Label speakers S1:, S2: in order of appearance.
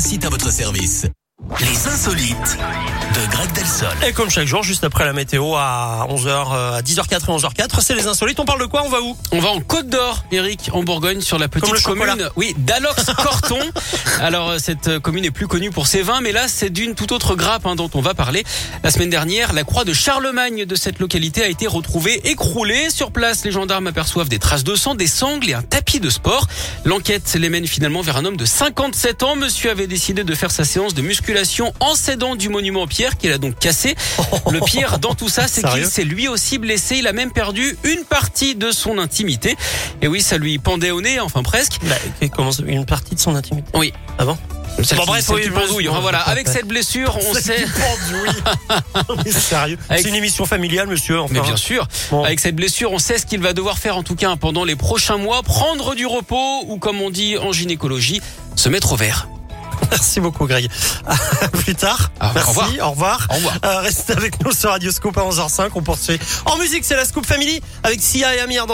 S1: site à votre service. Les insolites de Greg Delsol.
S2: Et comme chaque jour, juste après la météo, à 11h, à 10h04 et 11h04, c'est les insolites. On parle de quoi On va où
S3: On va en Côte d'Or, Eric, en Bourgogne, sur la petite
S2: Comme le
S3: commune.
S2: chocolat.
S3: Oui, d'Alox-Corton. Alors, euh, cette euh, commune est plus connue pour ses vins, mais là, c'est d'une toute autre grappe hein, dont on va parler. La semaine dernière, la croix de Charlemagne de cette localité a été retrouvée écroulée. Sur place, les gendarmes aperçoivent des traces de sang, des sangles et un tapis de sport. L'enquête les mène finalement vers un homme de 57 ans. Monsieur avait décidé de faire sa séance de musculation en s'aidant du monument en pierre qu'il a donc cassé. Le pire dans tout ça, c'est
S2: Sérieux
S3: qu'il s'est lui aussi blessé. Il a même perdu une partie de son intimité. Et oui, ça lui pendait au nez, enfin presque.
S2: bah, qui commence une partie de son intimité.
S3: Oui.
S2: Ah bon
S3: Celle
S2: Bon,
S3: qui-
S2: bref,
S3: celle
S2: oui, hein.
S3: qui
S2: je-
S3: pendouille. Enfin, voilà. Avec cette blessure, on sait.
S2: Sérieux
S3: Avec-
S2: C'est une émission familiale, monsieur. Enfin,
S3: Mais bien sûr,
S2: Bon.
S3: avec cette blessure, on sait ce qu'il va devoir faire en tout cas pendant les prochains mois, prendre du repos ou comme on dit en gynécologie, se mettre au vert.
S2: Merci beaucoup, Greg. À plus tard.
S3: Ah, au
S2: Merci.
S3: revoir.
S2: Au revoir.
S3: Au revoir.
S2: Euh, restez avec nous sur Radio Scoop à 11h05. On poursuit en musique. C'est la Scoop Family avec Sia et Amir dans